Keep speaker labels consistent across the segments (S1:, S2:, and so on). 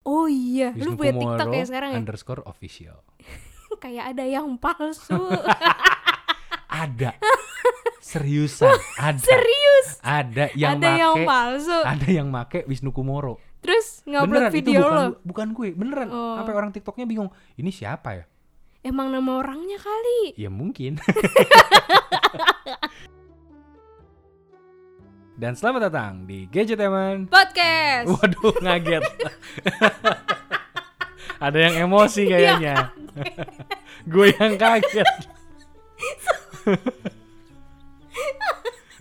S1: Oh iya, lu
S2: Wisnu
S1: punya TikTok
S2: Kumoro
S1: ya sekarang ya?
S2: underscore official.
S1: Kayak ada yang palsu.
S2: Ada. Seriusan, ada.
S1: Serius?
S2: Ada yang
S1: ada
S2: make,
S1: yang palsu.
S2: ada yang make Wisnu Kumoro.
S1: Terus ngupload
S2: Beneran
S1: video
S2: itu bukan,
S1: lo.
S2: bu- bukan gue, beneran.
S1: Oh.
S2: Sampai orang TikToknya bingung, ini siapa ya?
S1: Emang nama orangnya kali.
S2: Ya mungkin. Dan selamat datang di Gadgeteman.
S1: Podcast.
S2: Waduh, ngaget. Ada yang emosi kayaknya. Gue yang kaget.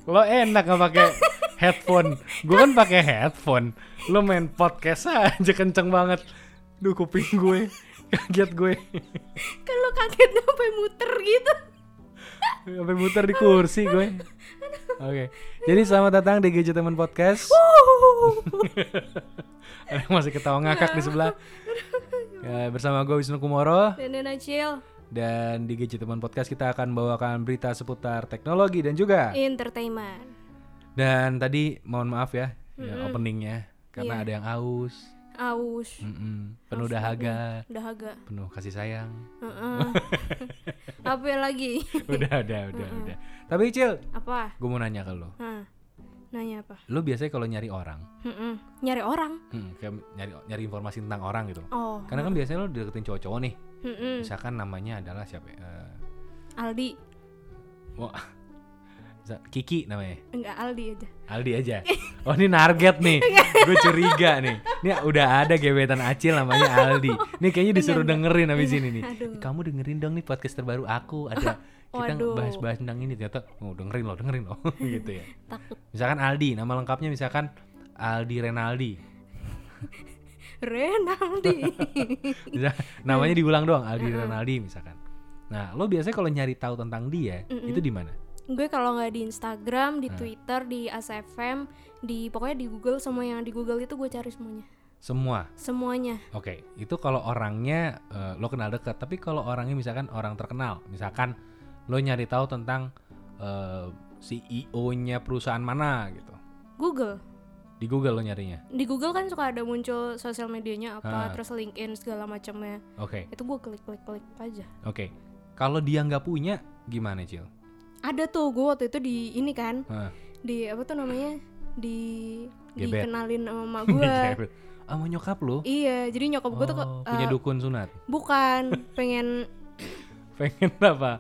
S2: Lo enak nggak pakai headphone? Gue kan pakai headphone. Lo main podcast aja kenceng banget. Duh kuping gue kaget gue
S1: Kan lo kaget sampai muter gitu.
S2: sampai muter di kursi gue. Oke, jadi selamat datang di Gadget Teman Podcast. Ada yang masih ketawa ngakak di sebelah. Ya, bersama gue Wisnu Kumoro
S1: Dan Acil,
S2: dan di Gadget Teman Podcast kita akan bawakan berita seputar teknologi dan juga
S1: entertainment.
S2: dan tadi mohon maaf ya, ya openingnya karena
S1: Iya.
S2: ada yang haus,
S1: Aus.
S2: mm-mm, penuh dahaga,
S1: Dahaga.
S2: penuh kasih sayang.
S1: Heeh. Apa lagi?
S2: udah, udah, udah, udah. Tapi Cil,
S1: Apa?
S2: gue mau nanya ke lo.
S1: Hah. Nanya apa?
S2: Lo biasanya kalau nyari orang,
S1: Heeh. Nyari orang.
S2: mm, kayak nyari nyari informasi tentang orang gitu.
S1: Oh.
S2: Karena kan biasanya lo deketin cowok-cowok nih.
S1: Heeh.
S2: Misalkan namanya adalah siapa? ya? Eh,
S1: Aldi.
S2: wah, Kiki namanya.
S1: Enggak Aldi aja.
S2: Aldi aja. Oh ini target nih. Gue curiga nih. Ini udah ada gebetan Acil namanya Aldi. Nih kayaknya disuruh dengerin habis ini nih.
S1: Iya, Aduh.
S2: Kamu dengerin dong nih podcast terbaru aku. Ada kita
S1: Waduh.
S2: bahas-bahas tentang ini ternyata oh dengerin loh, dengerin loh gitu ya.
S1: Takut.
S2: Misalkan Aldi, nama lengkapnya misalkan Aldi Renaldi.
S1: Renaldi.
S2: Misal- namanya diulang doang Aldi Renaldi misalkan. Nah, lo biasanya kalau nyari tahu tentang dia itu di mana?
S1: gue kalau nggak di Instagram, di Twitter, di ACFM, di pokoknya di Google semua yang di Google itu gue cari semuanya.
S2: Semua.
S1: Semuanya.
S2: Oke, itu kalau orangnya eh, lo kenal dekat, tapi kalau orangnya misalkan orang terkenal, misalkan lo nyari tahu tentang eh, CEO-nya perusahaan mana gitu.
S1: Google.
S2: Di Google lo nyarinya.
S1: Di Google kan suka ada muncul sosial medianya
S2: Ah.
S1: apa, terus LinkedIn segala macamnya.
S2: Oke,
S1: Itu gue klik klik klik aja.
S2: oke. Kalau dia nggak punya gimana, Cil?
S1: Ada tuh gue waktu itu di ini kan,
S2: Hah.
S1: di apa tuh namanya? Di
S2: Gebet.
S1: dikenalin sama emak gue.
S2: Sama nyokap lo?
S1: iya, jadi nyokap gue tuh kok,
S2: Oh, punya
S1: eh,
S2: dukun sunat.
S1: bukan pengen
S2: Pengen apa?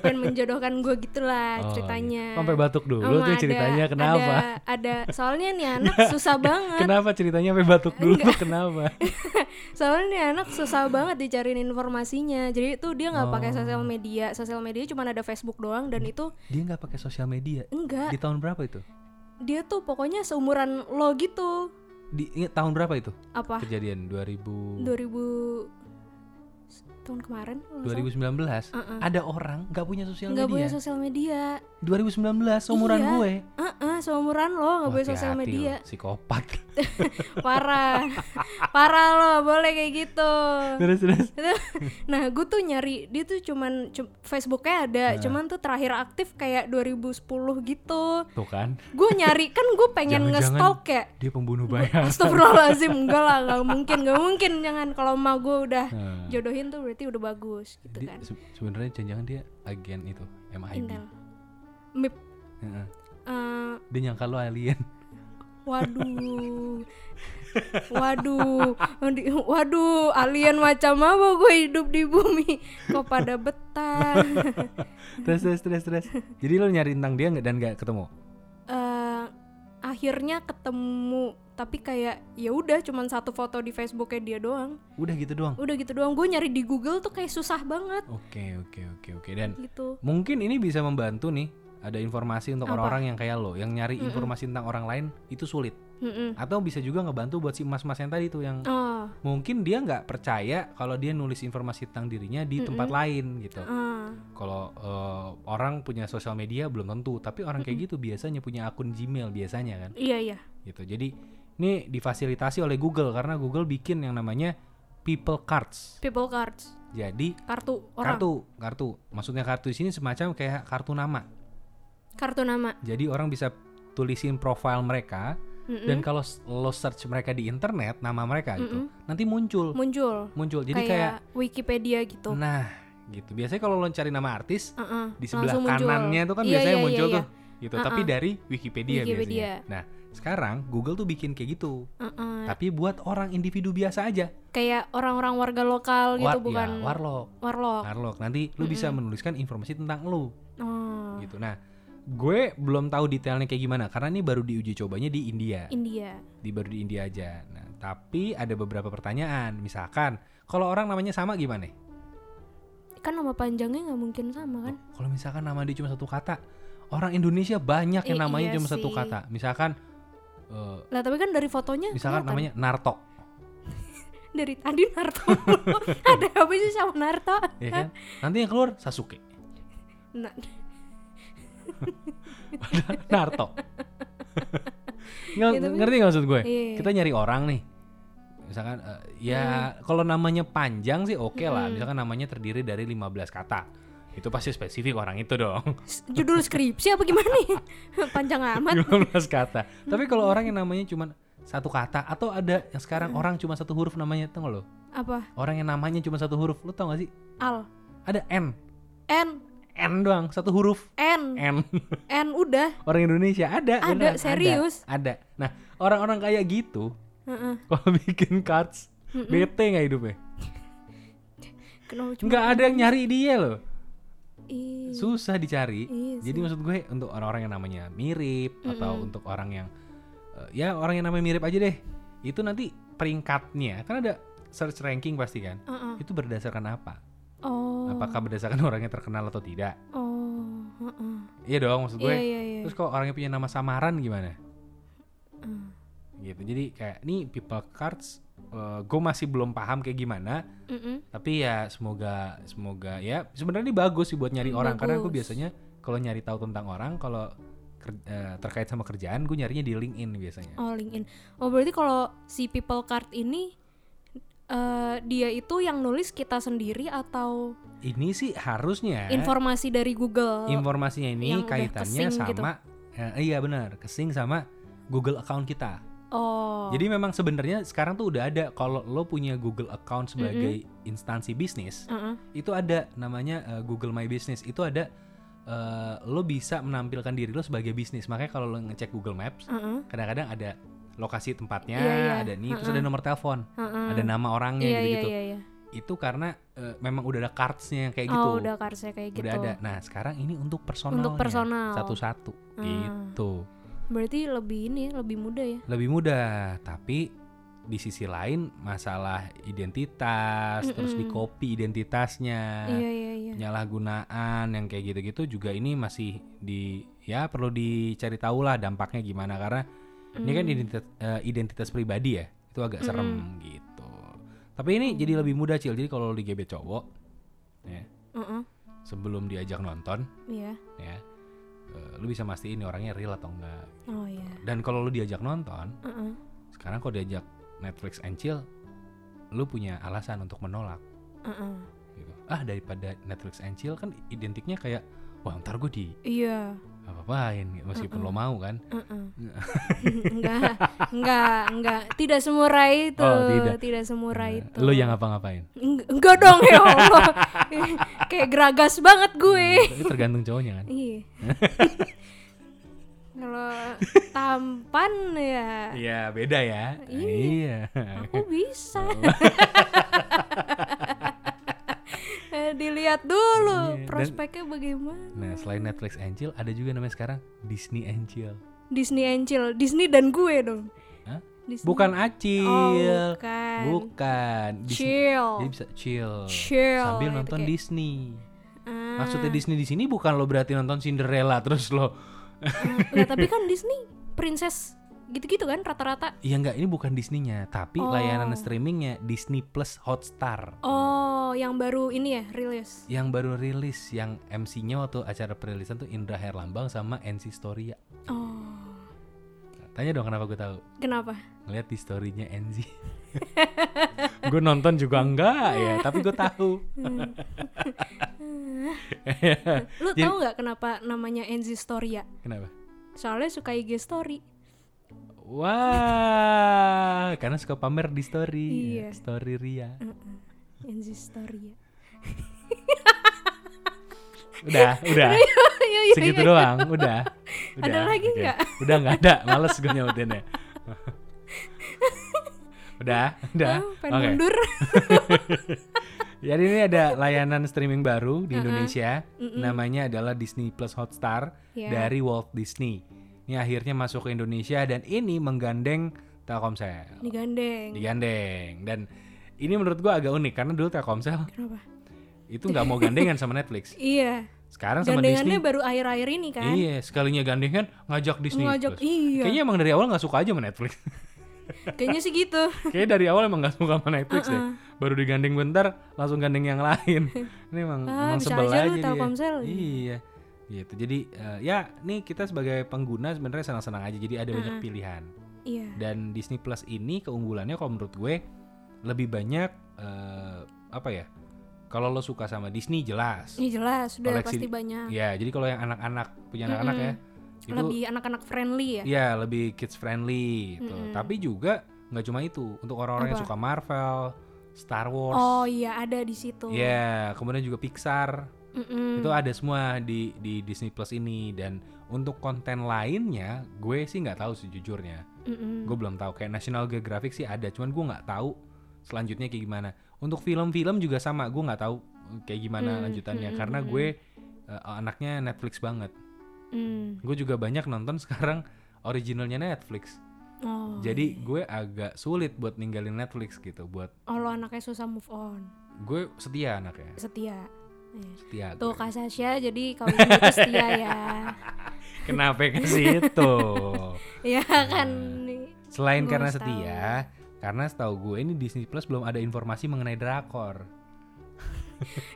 S1: pengen menjodohkan gue gitulah
S2: Oh,
S1: ceritanya.
S2: gitu. Sampai batuk dulu
S1: Sama
S2: tuh
S1: ada-
S2: ceritanya kenapa?
S1: Ada, ada soalnya nih anak susah banget.
S2: Kenapa ceritanya sampai batuk dulu tuh kenapa?
S1: Soalnya nih anak susah banget dicariin informasinya. Jadi itu dia nggak
S2: Oh.
S1: pakai sosial media. Sosial media cuma ada Facebook doang
S2: Hmm.
S1: dan itu
S2: Dia nggak pakai sosial media.
S1: enggak.
S2: Di tahun berapa itu?
S1: Dia tuh pokoknya seumuran lo gitu.
S2: Di ingat tahun berapa itu?
S1: Apa?
S2: Kejadian 2000
S1: 2000 tahun kemarin? kalau nggak salah.
S2: 2019
S1: Uh-uh.
S2: ada orang nggak punya sosial
S1: Nggak punya
S2: media
S1: sosial media.
S2: 2019 seumuran
S1: Iya.
S2: gue
S1: Heeh, seumuran lo nggak punya sosial
S2: Hati-hati
S1: media.
S2: lo, psikopat
S1: Parah. Parah lo, boleh kayak gitu.
S2: terus terus
S1: nah gue tuh nyari dia tuh cuman cu- Facebooknya ada
S2: Nah.
S1: cuman tuh terakhir aktif kayak 2010 gitu
S2: tuh kan
S1: gue nyari kan gue pengen
S2: Jangan-jangan-
S1: ngestalk ya
S2: dia pembunuh bayaran
S1: Astagfirullahaladzim enggak lah nggak mungkin nggak mungkin jangan kalau mau gue udah
S2: Nah,
S1: jodohin tuh berarti udah bagus gitu
S2: dia-
S1: kan
S2: se- sebenarnya jangan-jangan dia agen itu MIB
S1: Intel Mip
S2: Heeh.
S1: eh,
S2: dia nyangka lo alien
S1: waduh waduh Di- waduh alien macam apa gue hidup di bumi kok pada betah
S2: terus terus terus terus jadi lo nyari tentang dia nggak dan nggak ketemu
S1: eh akhirnya ketemu tapi kayak ya udah cuman satu foto di Facebooknya dia doang
S2: udah gitu doang
S1: udah gitu doang gue nyari di Google tuh kayak susah banget
S2: oke oke oke oke dan
S1: gitu
S2: mungkin ini bisa membantu nih ada informasi untuk
S1: Apa?
S2: orang-orang yang kayak lo yang nyari informasi tentang orang lain itu sulit
S1: Mm-mm.
S2: atau bisa juga ngebantu buat si mas-mas yang tadi tuh yang
S1: Oh,
S2: mungkin dia nggak percaya kalau dia nulis informasi tentang dirinya di tempat lain gitu.
S1: ah.
S2: Kalau eh, orang punya sosial media belum tentu, tapi orang kayak gitu biasanya punya akun Gmail biasanya kan
S1: iya iya
S2: gitu. Jadi ini difasilitasi oleh Google karena Google bikin yang namanya people cards.
S1: people cards
S2: Jadi
S1: kartu orang kartu,
S2: kartu, kartu. Maksudnya kartu di sini semacam kayak kartu nama.
S1: nama
S2: Jadi orang bisa tulisin profil mereka
S1: Mm-mm.
S2: dan kalau s- lo search mereka di internet nama mereka gitu nanti muncul
S1: muncul
S2: muncul jadi kayak,
S1: Wikipedia gitu.
S2: nah gitu biasanya kalau lo cari nama artis
S1: Uh-uh,
S2: di sebelah
S1: langsung muncul.
S2: kanannya itu kan
S1: Iya,
S2: biasanya
S1: iya, iya,
S2: muncul
S1: iya.
S2: tuh gitu tapi
S1: Uh-uh.
S2: dari Wikipedia,
S1: Wikipedia.
S2: biasanya nah sekarang Google tuh bikin kayak gitu
S1: Uh-uh.
S2: tapi buat orang individu biasa aja
S1: Kayak orang-orang warga lokal gitu
S2: War- ya,
S1: bukan
S2: warlock
S1: warlock.
S2: warlock nanti lu bisa menuliskan informasi tentang lu
S1: Oh,
S2: gitu nah gue belum tahu detailnya kayak gimana karena ini baru diuji cobanya di India
S1: India.
S2: di baru di India aja. Nah, tapi ada beberapa pertanyaan. Misalkan, kalau orang namanya sama gimana?
S1: Kan nama panjangnya nggak mungkin sama kan?
S2: Kalau misalkan nama dia cuma satu kata, orang Indonesia banyak yang
S1: I-
S2: namanya
S1: iya
S2: cuma satu
S1: sih.
S2: kata. Misalkan eh,
S1: Lah tapi kan dari fotonya
S2: misalkan
S1: kelihatan.
S2: namanya Narto,
S1: dari tadi Naruto. mulu. Ada apa sih sama Naruto?
S2: ya kan? Nanti yang keluar Sasuke.
S1: Nah,
S2: Narto. Nggak-
S1: Ya, tapi-
S2: ngerti nggak maksud gue?
S1: Iya, iya.
S2: Eh, Kita nyari orang nih. Misalkan eh, ya kalau namanya panjang sih oke lah. Misalkan namanya terdiri dari 15 kata. Itu pasti spesifik orang itu dong.
S1: s- judul skripsi apa gimana nih? Panjang amat.
S2: 15 kata. Tapi kalau orang yang namanya cuma satu kata atau ada yang sekarang orang cuma satu huruf namanya tau nggak lo?
S1: Apa?
S2: Orang yang namanya cuma satu huruf, lo tau gak sih?
S1: Al.
S2: Ada N,
S1: N
S2: N doang, satu huruf
S1: N
S2: N.
S1: N udah.
S2: Orang Indonesia ada,
S1: Ada,
S2: beneran,
S1: serius?
S2: Ada. Nah orang-orang kayak gitu
S1: Heeh.
S2: kalau bikin cards, bete nggak hidupnya?
S1: Kenapa cuma
S2: Nggak ada yang nyari dia loh,
S1: I-
S2: susah dicari.
S1: Iya
S2: Jadi maksud gue untuk orang-orang yang namanya mirip atau untuk orang yang eh, ya orang yang namanya mirip aja deh. Itu nanti peringkatnya kan ada search ranking pasti kan.
S1: Heeh.
S2: Itu berdasarkan apa?
S1: Oh.
S2: Apakah berdasarkan orangnya terkenal atau tidak?
S1: Oh. Heeh.
S2: Iya dong
S1: Iya
S2: maksud gue.
S1: iya iya.
S2: Terus kalau orangnya punya nama samaran gimana?
S1: Hmm.
S2: Gitu. Jadi kayak nih people cards eh, gue masih belum paham kayak gimana,
S1: Mm-mm.
S2: tapi ya semoga semoga ya sebenarnya ini bagus sih buat nyari
S1: Hmm,
S2: orang karena gue
S1: bagus.
S2: biasanya kalau nyari tahu tentang orang kalau ker- eh, terkait sama kerjaan gue nyarinya di LinkedIn biasanya.
S1: Oh LinkedIn. Oh berarti kalau si people card ini eh, dia itu yang nulis kita sendiri atau
S2: Ini sih harusnya
S1: informasi dari Google?
S2: informasinya ini
S1: yang udah
S2: kaitannya
S1: kesync gitu.
S2: sama eh, iya benar, kesing sama Google account kita.
S1: oh.
S2: Jadi memang sebenarnya sekarang tuh udah ada kalau lo punya Google account sebagai instansi bisnis,
S1: Heeh.
S2: itu ada namanya uh, Google My Business. Itu ada uh, lo bisa menampilkan diri lo sebagai bisnis. Makanya kalau lo ngecek Google Maps,
S1: Heeh.
S2: kadang-kadang ada lokasi tempatnya,
S1: Iya, iya.
S2: ada nih, terus ada nomor telepon,
S1: Heeh.
S2: ada nama orangnya
S1: Iya iya
S2: gitu-gitu.
S1: iya. iya.
S2: Itu karena uh, memang udah ada cards-nya yang kayak gitu.
S1: Oh udah karsnya kayak gitu.
S2: Udah ada. Nah, sekarang ini untuk personalnya.
S1: personal. Ah.
S2: Satu-satu gitu.
S1: Berarti lebih ini ya, lebih mudah ya.
S2: lebih mudah tapi di sisi lain masalah identitas terus di
S1: Mm-mm.
S2: copy identitasnya
S1: Iya iya iya.
S2: penyalahgunaan yang kayak gitu-gitu juga ini masih di ya perlu dicari tahu lah dampaknya gimana karena ini
S1: Mm.
S2: kan identitas eh, identitas pribadi ya itu agak serem gitu tapi ini jadi lebih mudah cil jadi kalau lu di GB cowok ya
S1: Heeh.
S2: sebelum diajak nonton
S1: Iya.
S2: ya eh, lu bisa mastiin ini orangnya real atau enggak
S1: Oh iya.
S2: dan kalau lu diajak nonton
S1: Heeh.
S2: sekarang kalau diajak Netflix and chill lu punya alasan untuk menolak
S1: Heeh.
S2: gitu ah daripada Netflix and chill kan identiknya kayak wah ntar gue di
S1: Iya.
S2: apa-apain gitu, meskipun lo mau kan
S1: Heeh. enggak, enggak, enggak. Tidak semurah itu.
S2: Oh, tidak.
S1: semurah
S2: Eh,
S1: itu.
S2: lu yang ngapa-ngapain
S1: Eng- enggak dong ya Allah. Kayak geragas banget gue.
S2: itu tergantung cowoknya kan
S1: Iya. Kalau tampan ya
S2: iya beda ya iya
S1: aku bisa.
S2: Oh.
S1: Eh, Dilihat
S2: Iya, dan-
S1: dulu prospeknya bagaimana.
S2: nah selain Netflix and chill ada juga namanya sekarang Disney and chill
S1: Disney and chill, Disney dan gue dong.
S2: Hah?
S1: Disney.
S2: bukan
S1: Oh,
S2: acil
S1: bukan.
S2: bukan Disney
S1: Chill.
S2: jadi bisa chill,
S1: Chill,
S2: sambil
S1: itu
S2: nonton
S1: kayak-
S2: Disney
S1: Ah.
S2: Maksudnya Disney di sini bukan lo berarti nonton Cinderella terus lo
S1: Lah, tapi kan Disney princess gitu-gitu kan rata-rata.
S2: Iya enggak ini bukan Disney-nya tapi
S1: Oh.
S2: layanan streamingnya Disney Plus Hotstar
S1: Oh, yang baru ini ya rilis.
S2: yang baru rilis yang MC-nya waktu acara perilisan tuh Indra Herlambang sama NC Storia.
S1: Oh,
S2: Tanya dong kenapa gue tahu.
S1: kenapa?
S2: Ngeliat di story-nya NC. gue nonton juga enggak ya, tapi gue tahu.
S1: Lu
S2: Jadi-
S1: ya? tahu nggak kenapa namanya NZ Storia?
S2: Kenapa?
S1: Soalnya suka IG story.
S2: Wah, karena suka pamer di story,
S1: Iya.
S2: ya, story Ria.
S1: Enzi Story ya.
S2: Udah, udah.
S1: Iya, iya,
S2: Segitu
S1: iya.
S2: doang, udah. udah.
S1: Ada lagi
S2: oke.
S1: nggak?
S2: Udah nggak ada, males gue nyautinnya. udah, udah.
S1: Ah, pengen
S2: Iya. Oke.
S1: mundur.
S2: Jadi ini ada layanan streaming baru di
S1: Uh-uh.
S2: Indonesia,
S1: Mm-mm.
S2: namanya adalah Disney Plus Hotstar
S1: Iya.
S2: dari Walt Disney. Ini akhirnya masuk ke Indonesia dan ini menggandeng Telkomsel.
S1: Digandeng.
S2: digandeng dan ini menurut gua agak unik karena dulu Telkomsel
S1: Kenapa?
S2: itu nggak mau gandengan sama Netflix
S1: Iya.
S2: sekarang Kan sama
S1: Gandengannya
S2: Disney
S1: baru akhir-akhir ini kan.
S2: iya sekalinya gandengan ngajak Disney
S1: Ngajak
S2: Plus.
S1: iya.
S2: kayaknya emang dari awal nggak suka aja sama Netflix
S1: Kayaknya sih gitu.
S2: kayaknya dari awal emang nggak suka sama Netflix deh baru digandeng bentar langsung gandeng yang lain ini emang,
S1: Ah,
S2: emang
S1: bisa
S2: sebel
S1: aja lu
S2: dia.
S1: Telkomsel.
S2: iya gitu jadi eh, ya nih kita sebagai pengguna sebenarnya senang-senang aja jadi ada banyak pilihan
S1: Iya.
S2: dan Disney Plus ini keunggulannya kalau menurut gue lebih banyak eh, apa ya kalau lo suka sama Disney jelas
S1: Ini jelas sudah
S2: Koleksi-
S1: pasti banyak.
S2: ya jadi kalau yang anak-anak punya anak-anak ya itu
S1: Lebih anak-anak friendly ya.
S2: ya lebih kids friendly gitu.
S1: Mm-mm.
S2: tapi juga nggak cuma itu untuk orang-orang yang
S1: Apa?
S2: suka Marvel Star Wars
S1: Oh iya ada di situ.
S2: ya kemudian juga Pixar
S1: Mm-mm.
S2: itu ada semua di di Disney Plus ini dan untuk konten lainnya gue sih nggak tahu sejujurnya
S1: Mm-mm.
S2: gue belum tahu kayak National Geographic sih ada cuman gue nggak tahu selanjutnya kayak gimana untuk film-film juga sama gue nggak tahu eh, kayak gimana
S1: Hmm,
S2: lanjutannya
S1: hmm,
S2: karena
S1: hmm,
S2: gue eh, anaknya Netflix banget
S1: Mm.
S2: gue juga banyak nonton sekarang originalnya Netflix
S1: Oh.
S2: jadi gue agak sulit buat ninggalin Netflix gitu buat
S1: Oh lo anaknya susah move on.
S2: gue setia anaknya
S1: Setia. Iya.
S2: setia
S1: Tuh
S2: gue.
S1: Kak Sasha jadi kalau itu setia ya.
S2: kenapa ke situ
S1: Ya kan.
S2: selain
S1: Gue
S2: karena
S1: harus tahu.
S2: setia karena setahu gue ini Disney Plus belum ada informasi mengenai drakor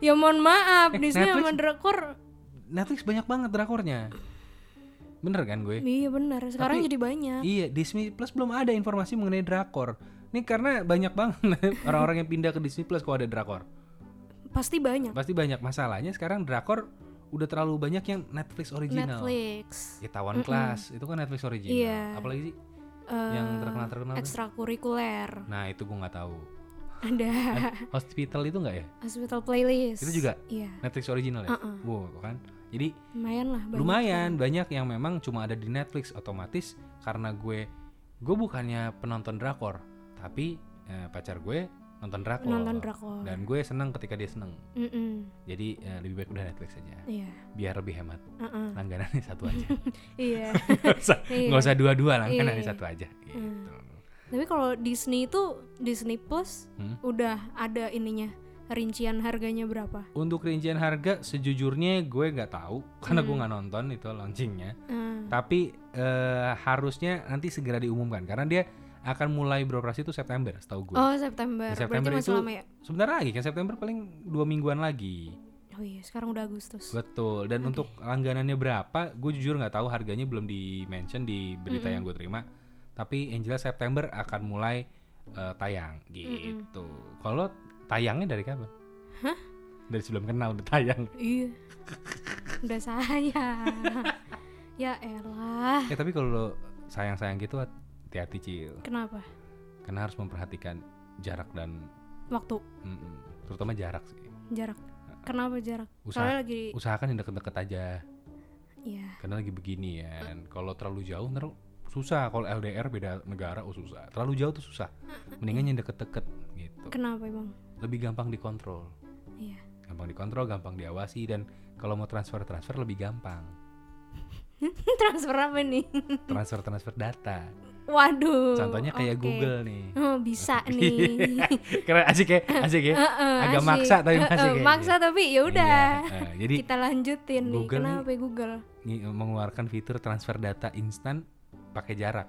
S1: Ya mohon maaf
S2: Eh,
S1: Disney
S2: Netflix-
S1: sama drakor.
S2: Netflix banyak banget drakornya. Bener kan gue?
S1: Iya benar. Sekarang
S2: Tapi-
S1: jadi banyak.
S2: Iya, Disney Plus belum ada informasi mengenai drakor. Ini karena banyak banget orang-orang yang pindah ke Disney Plus kalau ada drakor.
S1: Pasti banyak.
S2: Pasti banyak masalahnya sekarang drakor udah terlalu banyak yang Netflix original.
S1: Netflix.
S2: Ya tawan kelas, itu kan Netflix original.
S1: Iya.
S2: Apalagi sih
S1: Eh,
S2: yang terkenal-terkenal. tuh?
S1: ekstrakurikuler.
S2: Nah, itu gue nggak tahu.
S1: Ada
S2: Hospital itu nggak ya?
S1: hospital playlist.
S2: Itu juga
S1: Iya.
S2: Netflix original ya?
S1: Uh-uh.
S2: Wow, kan. Jadi
S1: Lumayan lah. banyak.
S2: lumayan banyak yang memang cuma ada di Netflix otomatis karena gue gue bukannya penonton drakor tapi eh, pacar gue nonton drakor
S1: Nonton drakor.
S2: Oh, dan gue senang ketika dia seneng
S1: Mm-mm.
S2: jadi eh, lebih baik udah Netflix aja
S1: Iya.
S2: biar lebih hemat
S1: Uh-uh.
S2: langganannya satu aja
S1: Iya.
S2: nggak usah
S1: Iya.
S2: nggak usah dua-dua langganannya
S1: Iya.
S2: satu aja gitu
S1: Tapi kalau Disney itu Disney Plus
S2: Hmm.
S1: udah ada ininya rincian harganya berapa?
S2: untuk rincian harga sejujurnya gue nggak tahu karena gue nggak nonton itu launchingnya
S1: Eh,
S2: tapi eh, harusnya nanti segera diumumkan karena dia akan mulai beroperasi itu September setahu gue
S1: oh September.
S2: Di September
S1: Berarti masih
S2: itu-
S1: lama ya?
S2: sebentar lagi kan September paling dua mingguan lagi
S1: Oh iya, sekarang udah Agustus.
S2: betul dan untuk langganannya berapa gue jujur nggak tahu harganya belum di mention di berita yang gue terima tapi yang jelas September akan mulai eh, tayang gitu kalau tayangnya dari kapan dari sebelum kenal udah tayang
S1: Iya. udah sayang. ya elah.
S2: ya tapi kalau lo sayang-sayang gitu hati-hati cil
S1: Kenapa?
S2: karena harus memperhatikan jarak dan
S1: Waktu
S2: mm-mm, terutama jarak sih
S1: jarak. Kenapa jarak?
S2: usaha
S1: Soalnya lagi
S2: usahakan yang deket-deket aja
S1: Iya.
S2: karena lagi begini ya kalau terlalu jauh ntar susah kalau LDR beda negara oh susah terlalu jauh tuh susah mendingan yang deket-deket gitu
S1: Kenapa emang?
S2: lebih gampang dikontrol
S1: Iya.
S2: gampang dikontrol gampang diawasi dan kalau mau transfer transfer lebih gampang
S1: Transfer apa nih?
S2: transfer transfer data
S1: Waduh.
S2: contohnya kayak
S1: oke.
S2: Google nih
S1: Oh, bisa nih.
S2: keren asik ya asik ya
S1: Heeh,
S2: agak
S1: asik.
S2: maksa tapi
S1: Heeh,
S2: masih kayak gitu.
S1: maksa tapi ya udah.
S2: Iya, eh, jadi
S1: Kita lanjutin nih.
S2: Google nih-
S1: Kenapa ya Google?
S2: ngi- mengeluarkan fitur transfer data instan pakai jarak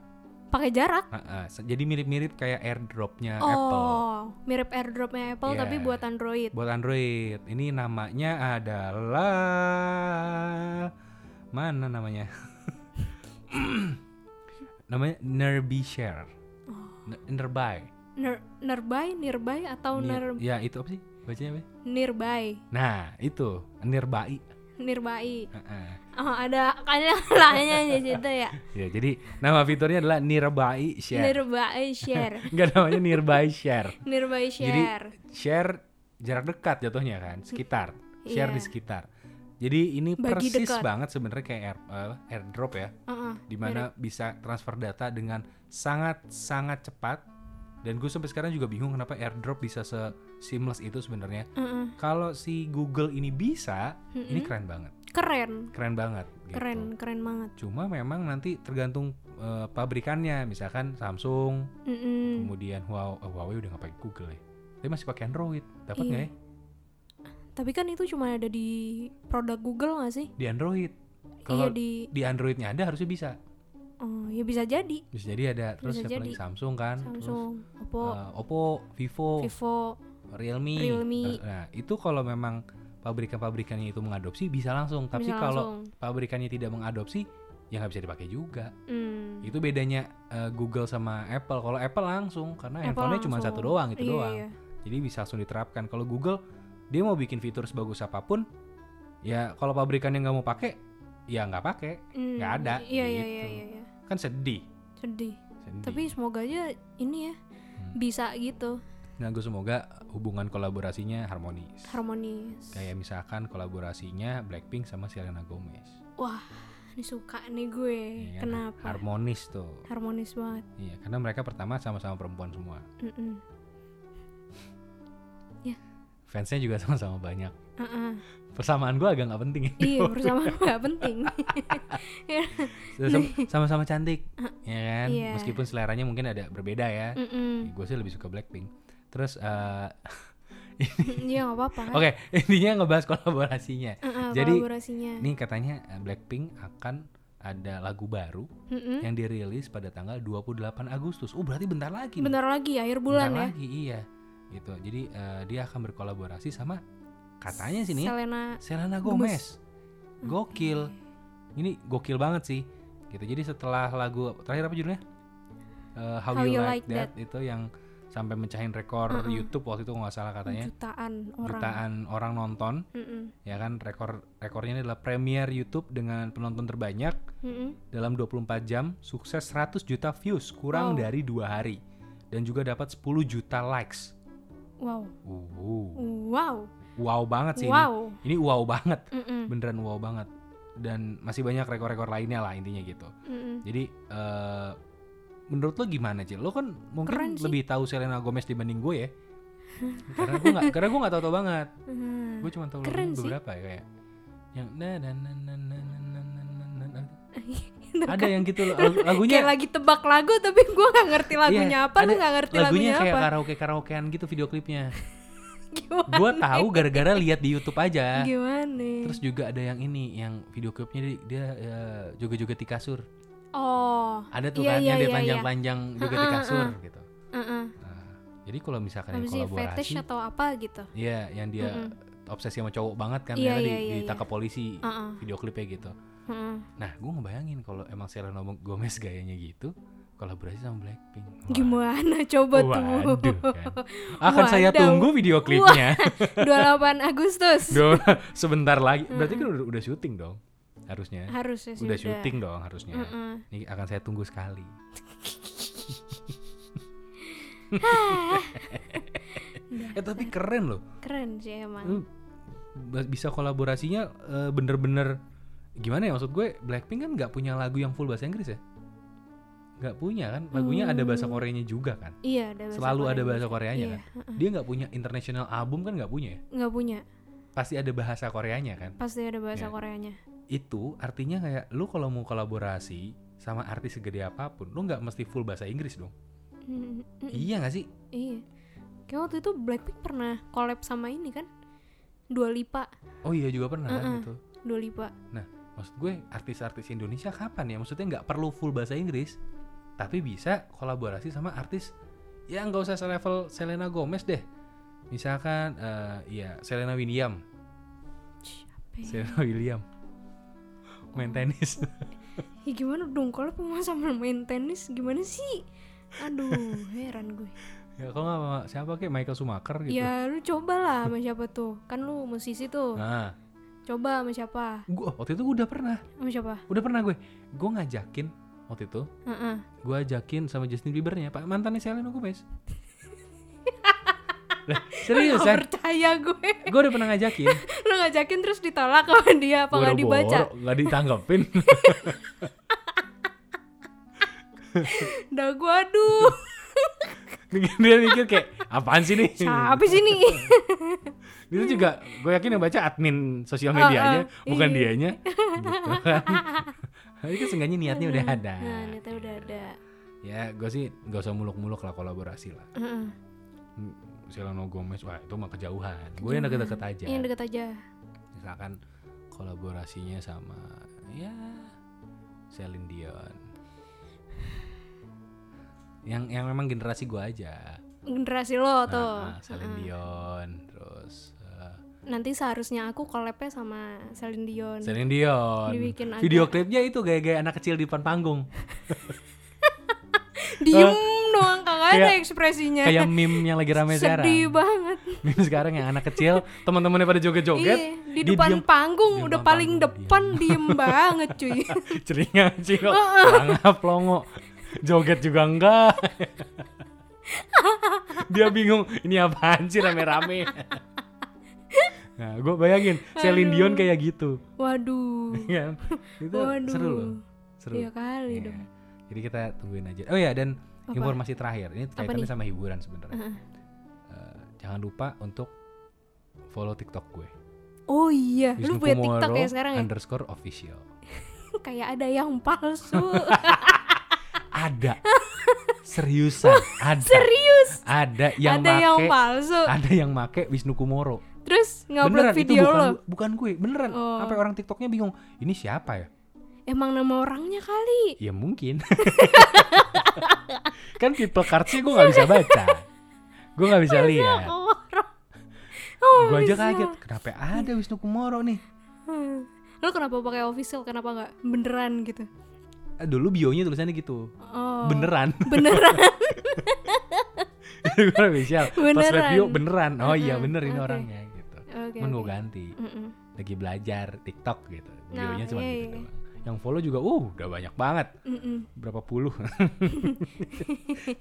S1: Pakai jarak.
S2: Heeh, se- jadi mirip-mirip kayak airdropnya Nah, Apple
S1: Oh, mirip airdropnya Apple
S2: Iya.
S1: tapi buat Android.
S2: buat Android. Ini namanya adalah mana namanya? namanya Nerbishare. N- Nerby. Iya.
S1: Ner- nearby, nearby atau
S2: Nir-
S1: ner-
S2: ya itu apa sih? Bacanya apa? sih?
S1: nearby?
S2: Nah, itu Nerbai.
S1: Nirbai.
S2: Heeh.
S1: Oh, ada ada lainnya di situ ya.
S2: Ya, jadi nama fiturnya adalah Nirbai Share.
S1: Nirbai share.
S2: Enggak namanya Nirbai Share.
S1: Nirbai
S2: Jadi
S1: share.
S2: share jarak dekat jatuhnya kan, sekitar. Share
S1: Iya.
S2: di sekitar. Jadi ini
S1: Bagi
S2: persis
S1: dekat.
S2: banget sebenarnya kayak air, eh, airdrop ya,
S1: Heeh.
S2: dimana bisa transfer data dengan sangat sangat cepat. Dan gue sampai sekarang juga bingung kenapa airdrop bisa se seamless itu sebenarnya.
S1: Heeh.
S2: Kalau si Google ini bisa,
S1: Mm.
S2: ini
S1: Mm-mm.
S2: keren banget,
S1: Keren,
S2: keren banget. gitu.
S1: keren, keren banget.
S2: Cuma memang nanti tergantung eh, pabrikannya, misalkan Samsung,
S1: Mm-mm.
S2: kemudian Huaw- eh, Huawei udah nggak pakai Google ya. Tapi masih pakai Android, dapat
S1: Iya.
S2: nggak ya?
S1: Tapi kan itu cuma ada di produk Google nggak sih?
S2: Di Android.
S1: iya
S2: Kalau
S1: di
S2: di Androidnya ada harusnya bisa.
S1: oh, ya bisa jadi
S2: Bisa jadi ada. Terus
S1: Bisa
S2: siapa lagi
S1: jadi.
S2: Samsung kan, terus
S1: Samsung, Oppo,
S2: eh, oh, Oppo, Vivo,
S1: Vivo.
S2: Realme.
S1: Realme.
S2: Terus- Nah itu kalau memang pabrikan-pabrikannya itu mengadopsi bisa langsung. Tapi
S1: bisa
S2: kalau
S1: langsung.
S2: pabrikannya tidak mengadopsi, ya nggak bisa dipakai juga.
S1: Hmm.
S2: Itu bedanya eh, Google sama Apple. Kalau Apple langsung karena
S1: Apple
S2: handphonenya cuma
S1: langsung.
S2: satu doang itu
S1: Iya,
S2: doang.
S1: iya.
S2: Jadi bisa langsung diterapkan. Kalau Google dia mau bikin fitur sebagus apapun, ya kalau pabrikan yang nggak mau pakai, ya nggak pakai.
S1: Hmm,
S2: Nggak ada,
S1: Iya iya
S2: gitu.
S1: iya iya, iya.
S2: Kan sedih.
S1: Sedih.
S2: Sedih. Mm.
S1: Tapi semoga aja ini ya bisa gitu
S2: Nah gue semoga hubungan kolaborasinya harmonis.
S1: harmonis.
S2: Kayak misalkan kolaborasinya Blackpink sama Selena Gomez.
S1: Wah, ini suka nih gue.
S2: Iya kan?
S1: Eh, Kenapa?
S2: Harmonis tuh.
S1: harmonis banget.
S2: Iya, karena mereka pertama sama-sama perempuan semua.
S1: Mm-mm.
S2: Fansnya juga sama-sama banyak.
S1: Uh-uh.
S2: Persamaan gue agak nggak penting.
S1: iya bersama nggak penting. Iya.
S2: Sama- Sama-sama cantik, ya kan?
S1: Iya.
S2: Meskipun seleranya mungkin ada berbeda ya.
S1: Mm-mm.
S2: Gue sih lebih suka Blackpink. Terus, eh,
S1: Iya nggak apa-apa. kan?
S2: oke, intinya ngebahas kolaborasinya.
S1: Uh-uh,
S2: Jadi,
S1: kolaborasinya.
S2: Nih katanya eh, Blackpink akan ada lagu baru
S1: Mm-mm.
S2: yang dirilis pada tanggal 28 Agustus. Oh, berarti bentar lagi. nih.
S1: Bentar lagi akhir bulan
S2: Bentar
S1: ya.
S2: lagi, iya. Gitu. Jadi eh, dia akan berkolaborasi sama katanya sini
S1: ya. Selena
S2: Selena
S1: Gomez.
S2: Gomez. Gokil. Ini gokil banget sih. Gitu. Jadi setelah lagu terakhir apa judulnya? Eh, How, You, Like, that. itu yang sampai mencahin rekor
S1: Mm-mm.
S2: YouTube waktu itu kalau nggak salah katanya
S1: jutaan orang.
S2: jutaan orang nonton
S1: Mm-mm.
S2: ya kan rekor rekornya ini adalah premier YouTube dengan penonton terbanyak
S1: Mm-mm.
S2: dalam 24 jam sukses 100 juta views kurang
S1: Wow.
S2: dari dua hari dan juga dapat 10 juta likes.
S1: Wow.
S2: Uh,
S1: Wow.
S2: wow banget sih
S1: Mm. Wow.
S2: ini. Ini wow banget,
S1: Mm-mm.
S2: beneran wow banget. Dan masih banyak rekor-rekor lainnya lah intinya gitu.
S1: Mm-mm.
S2: Jadi eh, menurut lo gimana sih? Lo kan
S1: Keren
S2: mungkin
S1: sih.
S2: lebih tahu Selena Gomez dibanding gue ya. karena gue nggak karena gue nggak tahu-tahu banget.
S1: Mm.
S2: Gue cuma tahu
S1: Keren
S2: lagunya
S1: sih.
S2: beberapa ya kayak yang na na na na na na na na na na na.
S1: Itu kan
S2: ada yang gitu loh,
S1: Kayak
S2: lagunya
S1: lagi tebak lagu tapi gua nggak ngerti lagunya apa, lu
S2: Iya, ada
S1: nggak ngerti
S2: lagunya
S1: lagunya,
S2: kayak
S1: apa.
S2: karaoke karaokean gitu video klipnya
S1: Gimana?
S2: gue tahu gara-gara
S1: Gitu.
S2: lihat di YouTube aja
S1: Gimana?
S2: terus juga ada yang ini yang video klipnya dia, dia eh, joget-joget di kasur
S1: oh,
S2: ada tuh
S1: Iya,
S2: kan
S1: iya,
S2: yang dia
S1: iya, ah,
S2: telanjang-telanjang joget di
S1: Heeh,
S2: kasur gitu
S1: heeh.
S2: Nah, jadi kalau misalkan
S1: Apa
S2: yang
S1: sih fetish
S2: kolaborasi
S1: atau apa gitu?
S2: ya yang dia obsesi sama cowok banget kan
S1: Iya, iya,
S2: ternyata di-
S1: iya, Uh-uh.
S2: ditangkap polisi
S1: Heeh,
S2: video klipnya gitu
S1: heeh.
S2: nah gue ngebayangin kalau emang Selena Gomez gayanya gitu kolaborasi sama Blackpink Wah,
S1: Gimana coba
S2: Waduh,
S1: tuh?
S2: kan. Akan saya
S1: Wadaw.
S2: tunggu video klipnya.
S1: 28 Agustus.
S2: Dong, sebentar lagi. Berarti kan udah, udah syuting dong. Harusnya.
S1: Harus ya sih
S2: Udah syuting dong harusnya.
S1: Heeh.
S2: Ini akan saya tunggu sekali. eh tapi keren loh.
S1: Keren sih emang.
S2: Lu ba- bisa kolaborasinya eh, bener-bener gimana ya maksud gue Blackpink kan nggak punya lagu yang full bahasa Inggris ya nggak punya kan lagunya ada bahasa Koreanya juga kan
S1: Iya, ada bahasa
S2: selalu ada
S1: Korea.
S2: bahasa Koreanya
S1: Iya,
S2: kan dia nggak punya international album kan nggak punya ya
S1: nggak punya.
S2: pasti ada bahasa Koreanya kan
S1: Pasti ada bahasa
S2: Iya.
S1: Koreanya.
S2: itu artinya kayak lu kalau mau kolaborasi sama artis segede apapun lu nggak mesti full bahasa Inggris dong
S1: Mm, mm,
S2: iya nggak sih
S1: Iya. Kayak waktu itu Blackpink pernah collab sama ini kan? Dua Lipa,
S2: oh iya juga pernah kan
S1: Mm-mm.
S2: gitu
S1: Dua Lipa.
S2: maksud gue artis-artis Indonesia kapan ya maksudnya nggak perlu full bahasa Inggris tapi bisa kolaborasi sama artis yang nggak usah selevel Selena Gomez deh misalkan eh ya Selena William
S1: Siapa ya?
S2: Selena William main tenis
S1: Ya gimana dong kalau mau sama main tenis gimana sih? Aduh, heran gue.
S2: ya kok nggak sama
S1: Iya.
S2: siapa kayak Michael Schumacher gitu
S1: Ya lu cobalah sama siapa tuh? Kan lu musisi tuh.
S2: nah
S1: Coba sama siapa?
S2: Gua waktu itu udah pernah,
S1: Sama siapa?
S2: udah pernah gue. Gue ngajakin waktu itu,
S1: Heeh.
S2: gue ajakin sama Justin Biebernya, Pak mantannya Selena Gomez. lah, serius
S1: Nggak percaya gue.
S2: Gue udah pernah ngajakin.
S1: Lo ngajakin terus ditolak sama dia apa nggak dibaca?
S2: Boro-boro, nggak ditanggepin.
S1: Dah gue aduh.
S2: Dia mikir kayak apaan sih nih?
S1: Siapa sih ini?
S2: Itu juga gue yakin yang baca admin sosial
S1: Ah,
S2: medianya,
S1: ah,
S2: bukan
S1: iya.
S2: dianya. Gitu Bukan. Itu kan seenggaknya niatnya udah ada.
S1: Nah, ternyata udah ada.
S2: Ya, gue sih gak usah muluk-muluk lah kolaborasi lah.
S1: Heeh.
S2: Selena Gomez, wah itu mah kejauhan. Gue yang deket-deket aja.
S1: Yang deket aja.
S2: Misalkan kolaborasinya sama ya Celine Dion. Yang yang memang generasi gue aja.
S1: Generasi lo tuh.
S2: Nah, ah, Celine Dion, terus eh,
S1: Nanti seharusnya aku collabnya sama Celine Dion.
S2: Celine Dion.
S1: Dibikin ada.
S2: Video klipnya itu gaya-gaya anak kecil di depan panggung.
S1: Diem doang kagak ada
S2: Kayak-
S1: ekspresinya. Nah,
S2: Kayak meme yang lagi rame sekarang.
S1: Ya. Sedih banget.
S2: Meme sekarang yang anak kecil, teman-temannya pada joget-joget.
S1: Iya, di
S2: kan? dia
S1: depan
S2: diem,
S1: panggung
S2: Di
S1: udah
S2: depan
S1: paling
S2: panggung,
S1: depan diem banget cuy.
S2: Celingan cilok, langap longo. Joget juga enggak. Dia bingung, ini apaan sih rame-rame. nah, gue bayangin Celine Dion kayak gitu.
S1: Waduh.
S2: Kan? Itu
S1: Waduh.
S2: seru loh. Seru.
S1: Iya kali
S2: Iya.
S1: dong.
S2: Jadi kita tungguin aja. Oh ya dan
S1: Apa?
S2: informasi terakhir ini
S1: Apa nih?
S2: kaitannya sama hiburan sebenarnya.
S1: Heeh.
S2: Eh, jangan lupa untuk follow TikTok gue.
S1: Oh iya, lu
S2: Wisnu
S1: punya TikTok
S2: Kumoro
S1: ya sekarang ya?
S2: Underscore official.
S1: Kayak ada yang palsu.
S2: Ada. Seriusan, ada.
S1: Serius?
S2: Ada yang
S1: ada
S2: make
S1: yang palsu.
S2: ada yang make Wisnu Kumoro.
S1: Terus ngupload
S2: beneran
S1: video
S2: itu bukan
S1: lo.
S2: gue- bukan gue, beneran.
S1: Oh.
S2: Sampai orang TikToknya bingung, ini siapa ya?
S1: Emang nama orangnya kali.
S2: Ya mungkin. kan people cards-nya gue nggak bisa baca. Gue nggak bisa lihat.
S1: Oh, orang. Oh,
S2: Gue Ya. aja
S1: bisa.
S2: kaget, kenapa ada Wisnu Kumoro nih?
S1: Hmm. Lu kenapa pakai official? Kenapa nggak beneran gitu?
S2: Eh, Dulu bionya tulisannya gitu.
S1: Oh.
S2: Beneran.
S1: Beneran.
S2: Gue official. Pas liat
S1: Beneran.
S2: bio beneran. Oh iya
S1: Mm-mm,
S2: bener ini
S1: oke.
S2: orangnya gitu.
S1: Oke.
S2: Cuman
S1: oke.
S2: gue ganti.
S1: Mm-mm.
S2: Lagi belajar TikTok gitu.
S1: Nah,
S2: Bionya cuma
S1: iya,
S2: gitu
S1: iya.
S2: doang. Yang follow juga, uh udah banyak banget.
S1: Mm-mm.
S2: Berapa puluh?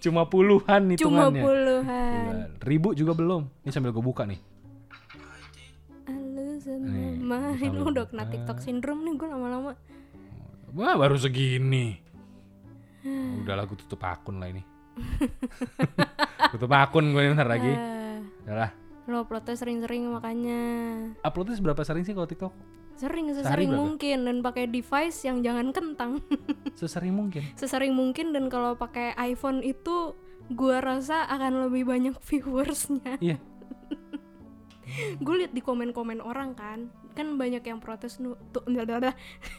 S2: cuma
S1: Cuma
S2: puluhan hitungannya. Iya.
S1: puluhan.
S2: Gila, Ribu juga belum. Ini sambil gue buka nih. Nih,
S1: Alasan main
S2: sama
S1: lu udah kena
S2: bukan.
S1: TikTok syndrome nih gue lama-lama.
S2: Wah baru segini. Udahlah gue tutup akun lah ini. tutup akun gue bentar lagi.
S1: Ah,
S2: Udahlah.
S1: lo uploadnya sering-sering makanya.
S2: Uploadnya seberapa sering sih kalau TikTok?
S1: Sering
S2: Sehari
S1: sesering
S2: berapa?
S1: mungkin dan pakai device yang jangan kentang.
S2: Sesering mungkin.
S1: sesering mungkin dan kalau pakai iPhone itu gua rasa akan lebih banyak viewersnya.
S2: Iya.
S1: Gue liat di komen-komen orang kan, kan banyak yang protes nu- tuh, enggak, enggak, enggak.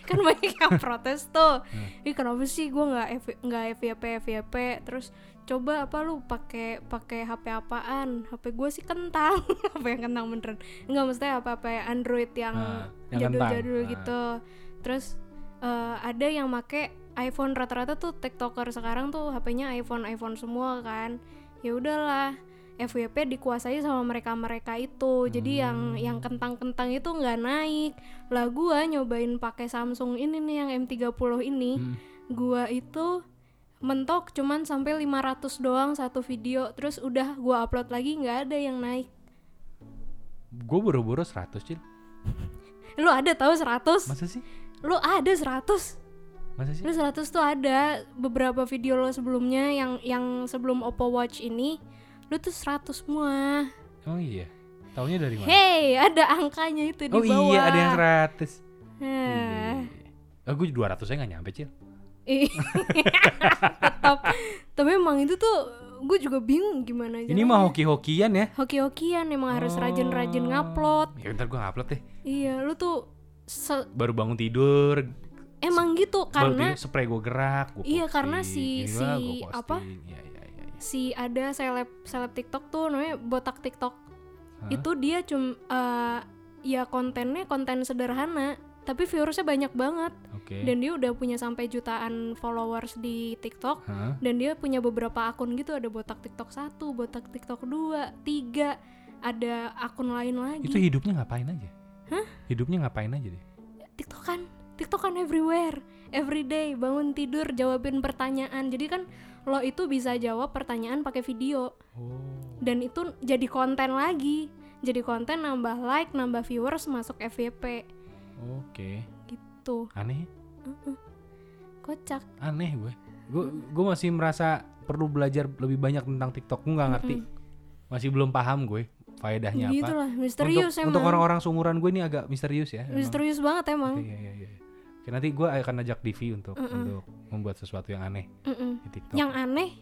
S1: kan banyak yang protes tuh.
S2: Hmm.
S1: Ih kenapa sih gua nggak F- nggak FYP FYP terus coba apa lu pakai pakai HP apaan? HP gua sih kentang, apa yang kentang beneran? Enggak maksudnya apa apa Android yang
S2: Ah, yang kentang.
S1: jadul-jadul
S2: Ah.
S1: gitu. Terus eh, ada yang make iPhone rata-rata tuh TikToker sekarang tuh HP-nya iPhone iPhone semua kan. Ya udahlah, FYP dikuasai sama mereka-mereka itu. Jadi yang yang kentang-kentang itu nggak naik. Lah gua nyobain pakai Samsung ini nih yang M30 ini.
S2: Hmm.
S1: Gua itu mentok cuman sampai 500 doang satu video terus udah gua upload lagi nggak ada yang naik.
S2: Gue buru-buru 100 cil.
S1: Lu ada tahu 100?
S2: Masa sih?
S1: Lu ada 100?
S2: Masa sih?
S1: Terus 100 tuh ada beberapa video lo sebelumnya yang yang sebelum Oppo Watch ini lu tuh 100 semua.
S2: Emang iya. Taunya dari mana?
S1: Hey, ada angkanya itu di
S2: oh
S1: bawah.
S2: iya ada yang 100. Eh.
S1: Hah.
S2: Aku 200 nya gak nyampe cil. Iya.
S1: Ih. Tetap. Tapi emang itu tuh gue juga bingung gimana
S2: Ini mah hoki-hokian ya.
S1: hoki-hokian emang harus rajin-rajin
S2: Oh.
S1: ngupload.
S2: Ya bentar gue ngupload deh.
S1: Iya, lu tuh se-
S2: Baru bangun tidur.
S1: emang gitu
S2: Baru
S1: karena
S2: tidur spray gue gerak. Gua
S1: Iya, karena si-
S2: posting.
S1: si
S2: Ini lah, gua posting.
S1: apa?
S2: Iya iya iya. iya.
S1: si ada seleb seleb TikTok tuh namanya botak TikTok.
S2: Hah?
S1: Itu dia cum eh, ya kontennya konten sederhana, tapi viewersnya banyak banget
S2: Oke.
S1: dan dia udah punya sampai jutaan followers di TikTok
S2: Hah?
S1: dan dia punya beberapa akun gitu ada botak TikTok 1, botak TikTok 2, 3, ada akun lain lagi.
S2: Itu hidupnya ngapain aja? Hah? Hidupnya ngapain aja deh?
S1: tiktokan tiktokan everywhere everyday bangun tidur jawabin pertanyaan jadi kan lo itu bisa jawab pertanyaan pakai video
S2: Oh.
S1: dan itu jadi konten lagi jadi konten nambah like nambah viewers masuk FYP
S2: Oke.
S1: gitu
S2: Aneh,
S1: kocak
S2: aneh gue. Gue gue masih merasa perlu belajar lebih banyak tentang TikTok. Gue nggak ngerti. Gitu Masih belum paham gue faedahnya Eh, apa.
S1: gitulah misterius
S2: untuk,
S1: emang
S2: untuk orang-orang seumuran gue ini agak misterius ya. emang.
S1: misterius banget emang
S2: Iya, iya, iya. Oke, nanti gue akan ajak Divi untuk untuk membuat sesuatu yang aneh
S1: Mm-mm.
S2: di TikTok.
S1: yang aneh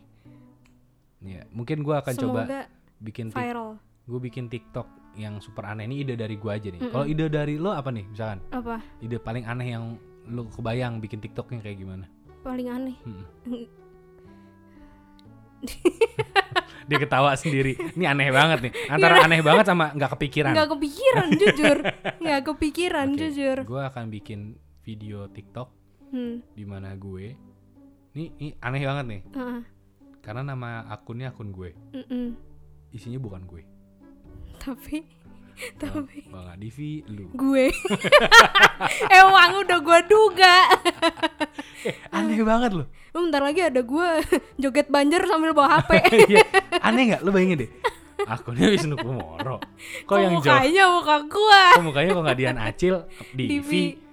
S2: Iya, mungkin gue akan coba
S1: semoga
S2: bikin tik-
S1: viral
S2: gue bikin TikTok yang super aneh ini ide dari gue aja nih. Kalau ide dari lo apa nih misalkan?
S1: apa
S2: Ide paling aneh yang lo kebayang bikin TikToknya kayak gimana?
S1: paling aneh
S2: Mm-mm. Dia ketawa sendiri. Ini aneh banget nih. Antara aneh banget sama nggak
S1: Iya.
S2: kepikiran.
S1: nggak kepikiran jujur nggak kepikiran
S2: Oke,
S1: jujur
S2: Gue akan bikin video TikTok
S1: hmm.
S2: di mana gue ini, ini aneh banget nih
S1: ah,
S2: karena nama akunnya akun gue
S1: mm-mm.
S2: isinya bukan gue Oh,
S1: tapi tapi
S2: Bang Adivi lu
S1: gue emang udah gue duga
S2: aneh banget loh
S1: Lu bentar lagi ada gue joget banjer sambil bawa hp
S2: Iya, aneh nggak lu bayangin deh akunnya Wisnu Kumoro
S1: Kok
S2: kok yang jauh
S1: mukanya muka gue
S2: kok mukanya kok nggak Dian Acil Divi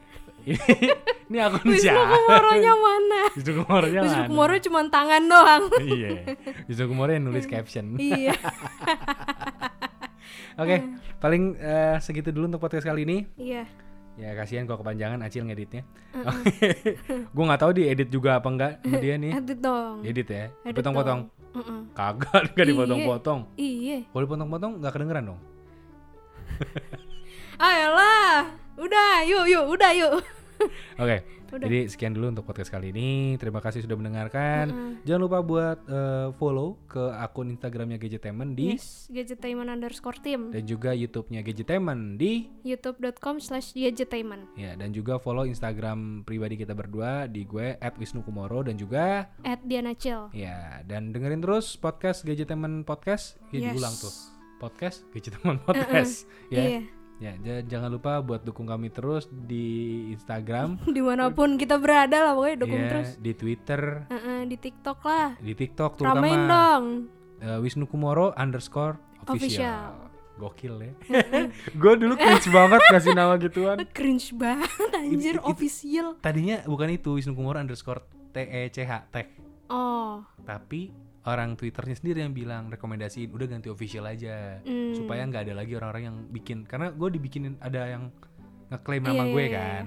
S2: ini akun
S1: Wisnu
S2: siapa
S1: Kumoronya mana
S2: Wisnu Kumoronya
S1: Wisnu
S2: mana?
S1: Kumoro cuma tangan doang
S2: iya Wisnu Kumoro yang nulis caption oke
S1: iya
S2: paling eh, segitu dulu untuk podcast kali ini
S1: iya
S2: Ya kasihan kalau kepanjangan Acil ngeditnya. gue nggak tahu diedit juga apa enggak sama dia nih.
S1: edit dong
S2: Edit ya.
S1: Edit
S2: Potong-potong.
S1: dong. Mm-mm.
S2: Kagak enggak dipotong-potong.
S1: iya
S2: Kalau dipotong-potong nggak kedengeran dong.
S1: ayolah udah yuk yuk udah yuk
S2: Oke.
S1: Udah.
S2: Jadi sekian dulu untuk podcast kali ini. Terima kasih sudah mendengarkan. Jangan lupa buat eh, follow ke akun Instagramnya Gadgetainment di
S1: yes gadgetainment underscore team
S2: dan juga YouTube-nya Gadgetainment di
S1: youtube.com slash gadgetainment
S2: ya dan juga follow Instagram pribadi kita berdua di gue @wisnukumoro dan juga
S1: at Diana Chill
S2: Ya, dan dengerin terus podcast Gadgetemen Podcast. Ya,
S1: Yes. Eh,
S2: diulang tuh. Podcast Gadgetemen Podcast. Ya.
S1: iya
S2: Ya, ja- jangan lupa buat dukung kami terus di Instagram,
S1: Iya, dimanapun kita berada lah pokoknya dukung
S2: ya,
S1: terus
S2: di Twitter,
S1: Heeh, di tiktok lah
S2: di TikTok
S1: ramein
S2: terutama
S1: dong
S2: eh, Wisnu Kumoro underscore
S1: Official.
S2: official. Gokil ya. Gue dulu cringe banget ngasih nama gituan.
S1: cringe banget anjir official
S2: Tadinya bukan itu Wisnu Kumoro underscore E TECH tech,
S1: oh
S2: tapi orang Twitternya sendiri yang bilang rekomendasiin udah ganti official aja.
S1: hmm.
S2: supaya nggak ada lagi orang-orang yang bikin karena gue dibikinin ada yang ngeklaim nama
S1: Iya, iya, Hmm.
S2: gue
S1: iya.
S2: kan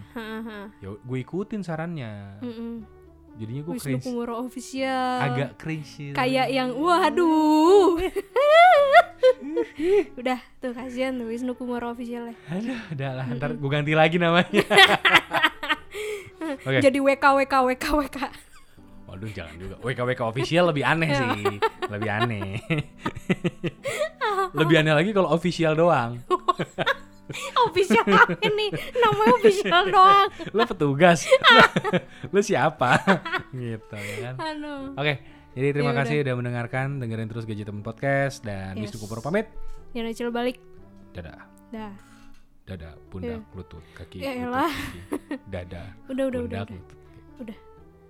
S1: Heeh.
S2: ya gue ikutin sarannya
S1: Mm-mm.
S2: jadinya gue
S1: Wisnu
S2: cringe
S1: Kumoro official
S2: agak cringe gitu. sih.
S1: kayak yang waduh udah tuh kasihan tuh Wisnu Kumoro official
S2: aduh udah lah ntar gue ganti lagi namanya oke
S1: jadi WK WK WK WK
S2: waduh jangan juga WKWK official lebih aneh sih lebih aneh lebih aneh lagi kalau official doang
S1: official apa nih namanya official doang
S2: lo petugas lo siapa gitu ya kan
S1: aduh
S2: Oke, jadi
S1: Ya
S2: terima
S1: udah.
S2: kasih udah mendengarkan, dengerin terus Gaji Temen Podcast dan
S1: Yes.
S2: Wisnu Kupro pamit.
S1: Diana Chill Ya balik
S2: Dadah,
S1: dah
S2: dada, pundak, lutut, kaki,
S1: Ya
S2: lutut,
S1: elah.
S2: kaki, dada,
S1: udah udah udah
S2: pundak,
S1: udah
S2: lutut.
S1: udah